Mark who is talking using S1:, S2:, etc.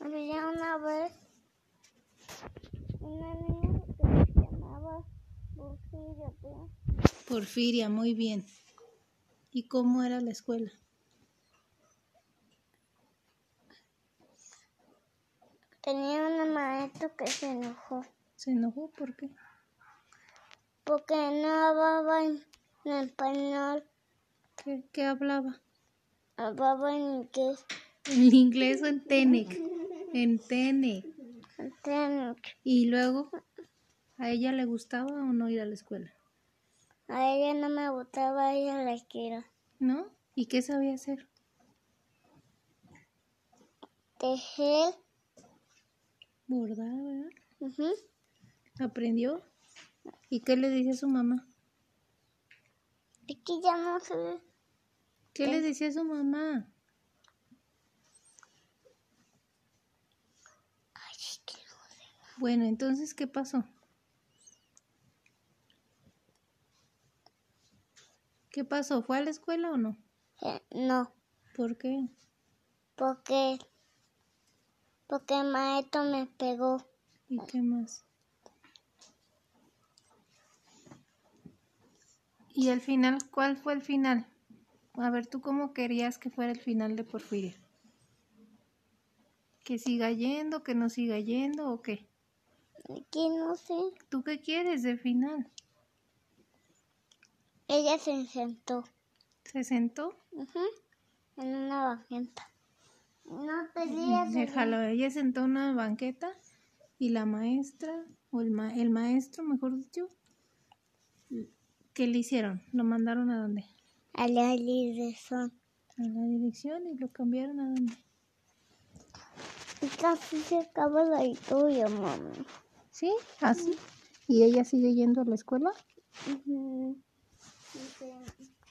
S1: Había una vez una niña que se llamaba Porfiria, pero
S2: Porfiria, muy bien. ¿Y cómo era la escuela?
S1: tenía una maestra que se enojó
S2: ¿Se enojó? ¿Por qué?
S1: porque no hablaba en en español,
S2: ¿Qué, qué hablaba?
S1: hablaba en inglés.
S2: ¿En inglés o en Tenec? En Tenec.
S1: Entonces,
S2: Y luego, ¿a ella le gustaba o no ir a la escuela?
S1: a ella no me gustaba ir a la escuela.
S2: ¿No? ¿Y qué sabía hacer?
S1: Tejer,
S2: Bordar, ¿verdad?
S1: ujú,
S2: ¿Aprendió? ¿Y qué le decía su mamá?
S1: es que ya no sé.
S2: ¿Qué le decía su mamá?
S1: Ay, es que no sé.
S2: Bueno, entonces, ¿qué pasó? ¿Qué pasó? ¿Fue a la escuela o no?
S1: Eh, No,
S2: ¿Por qué?
S1: porque, porque el maestro me pegó.
S2: ¿Y qué más? ¿Y el final? ¿Cuál fue el final? A ver, ¿tú cómo querías que fuera el final de Porfiria? ¿Que siga yendo, que no siga yendo o qué?
S1: Es que no sé.
S2: ¿Tú qué quieres de final?
S1: Ella se sentó
S2: ¿Se sentó?
S1: ujú, en una Mm, banqueta. No pedía
S2: Se jaló, ella sentó en una banqueta y la maestra, o el, ma- el maestro, mejor dicho, ¿qué le hicieron? ¿Lo mandaron a dónde?
S1: a la son
S2: A la dirección y lo cambiaron a dónde.
S1: Y casi se acaba la historia, mamá.
S2: ¿Sí? ¿Así? ¿Y ella sigue yendo a la escuela?
S1: Ujú.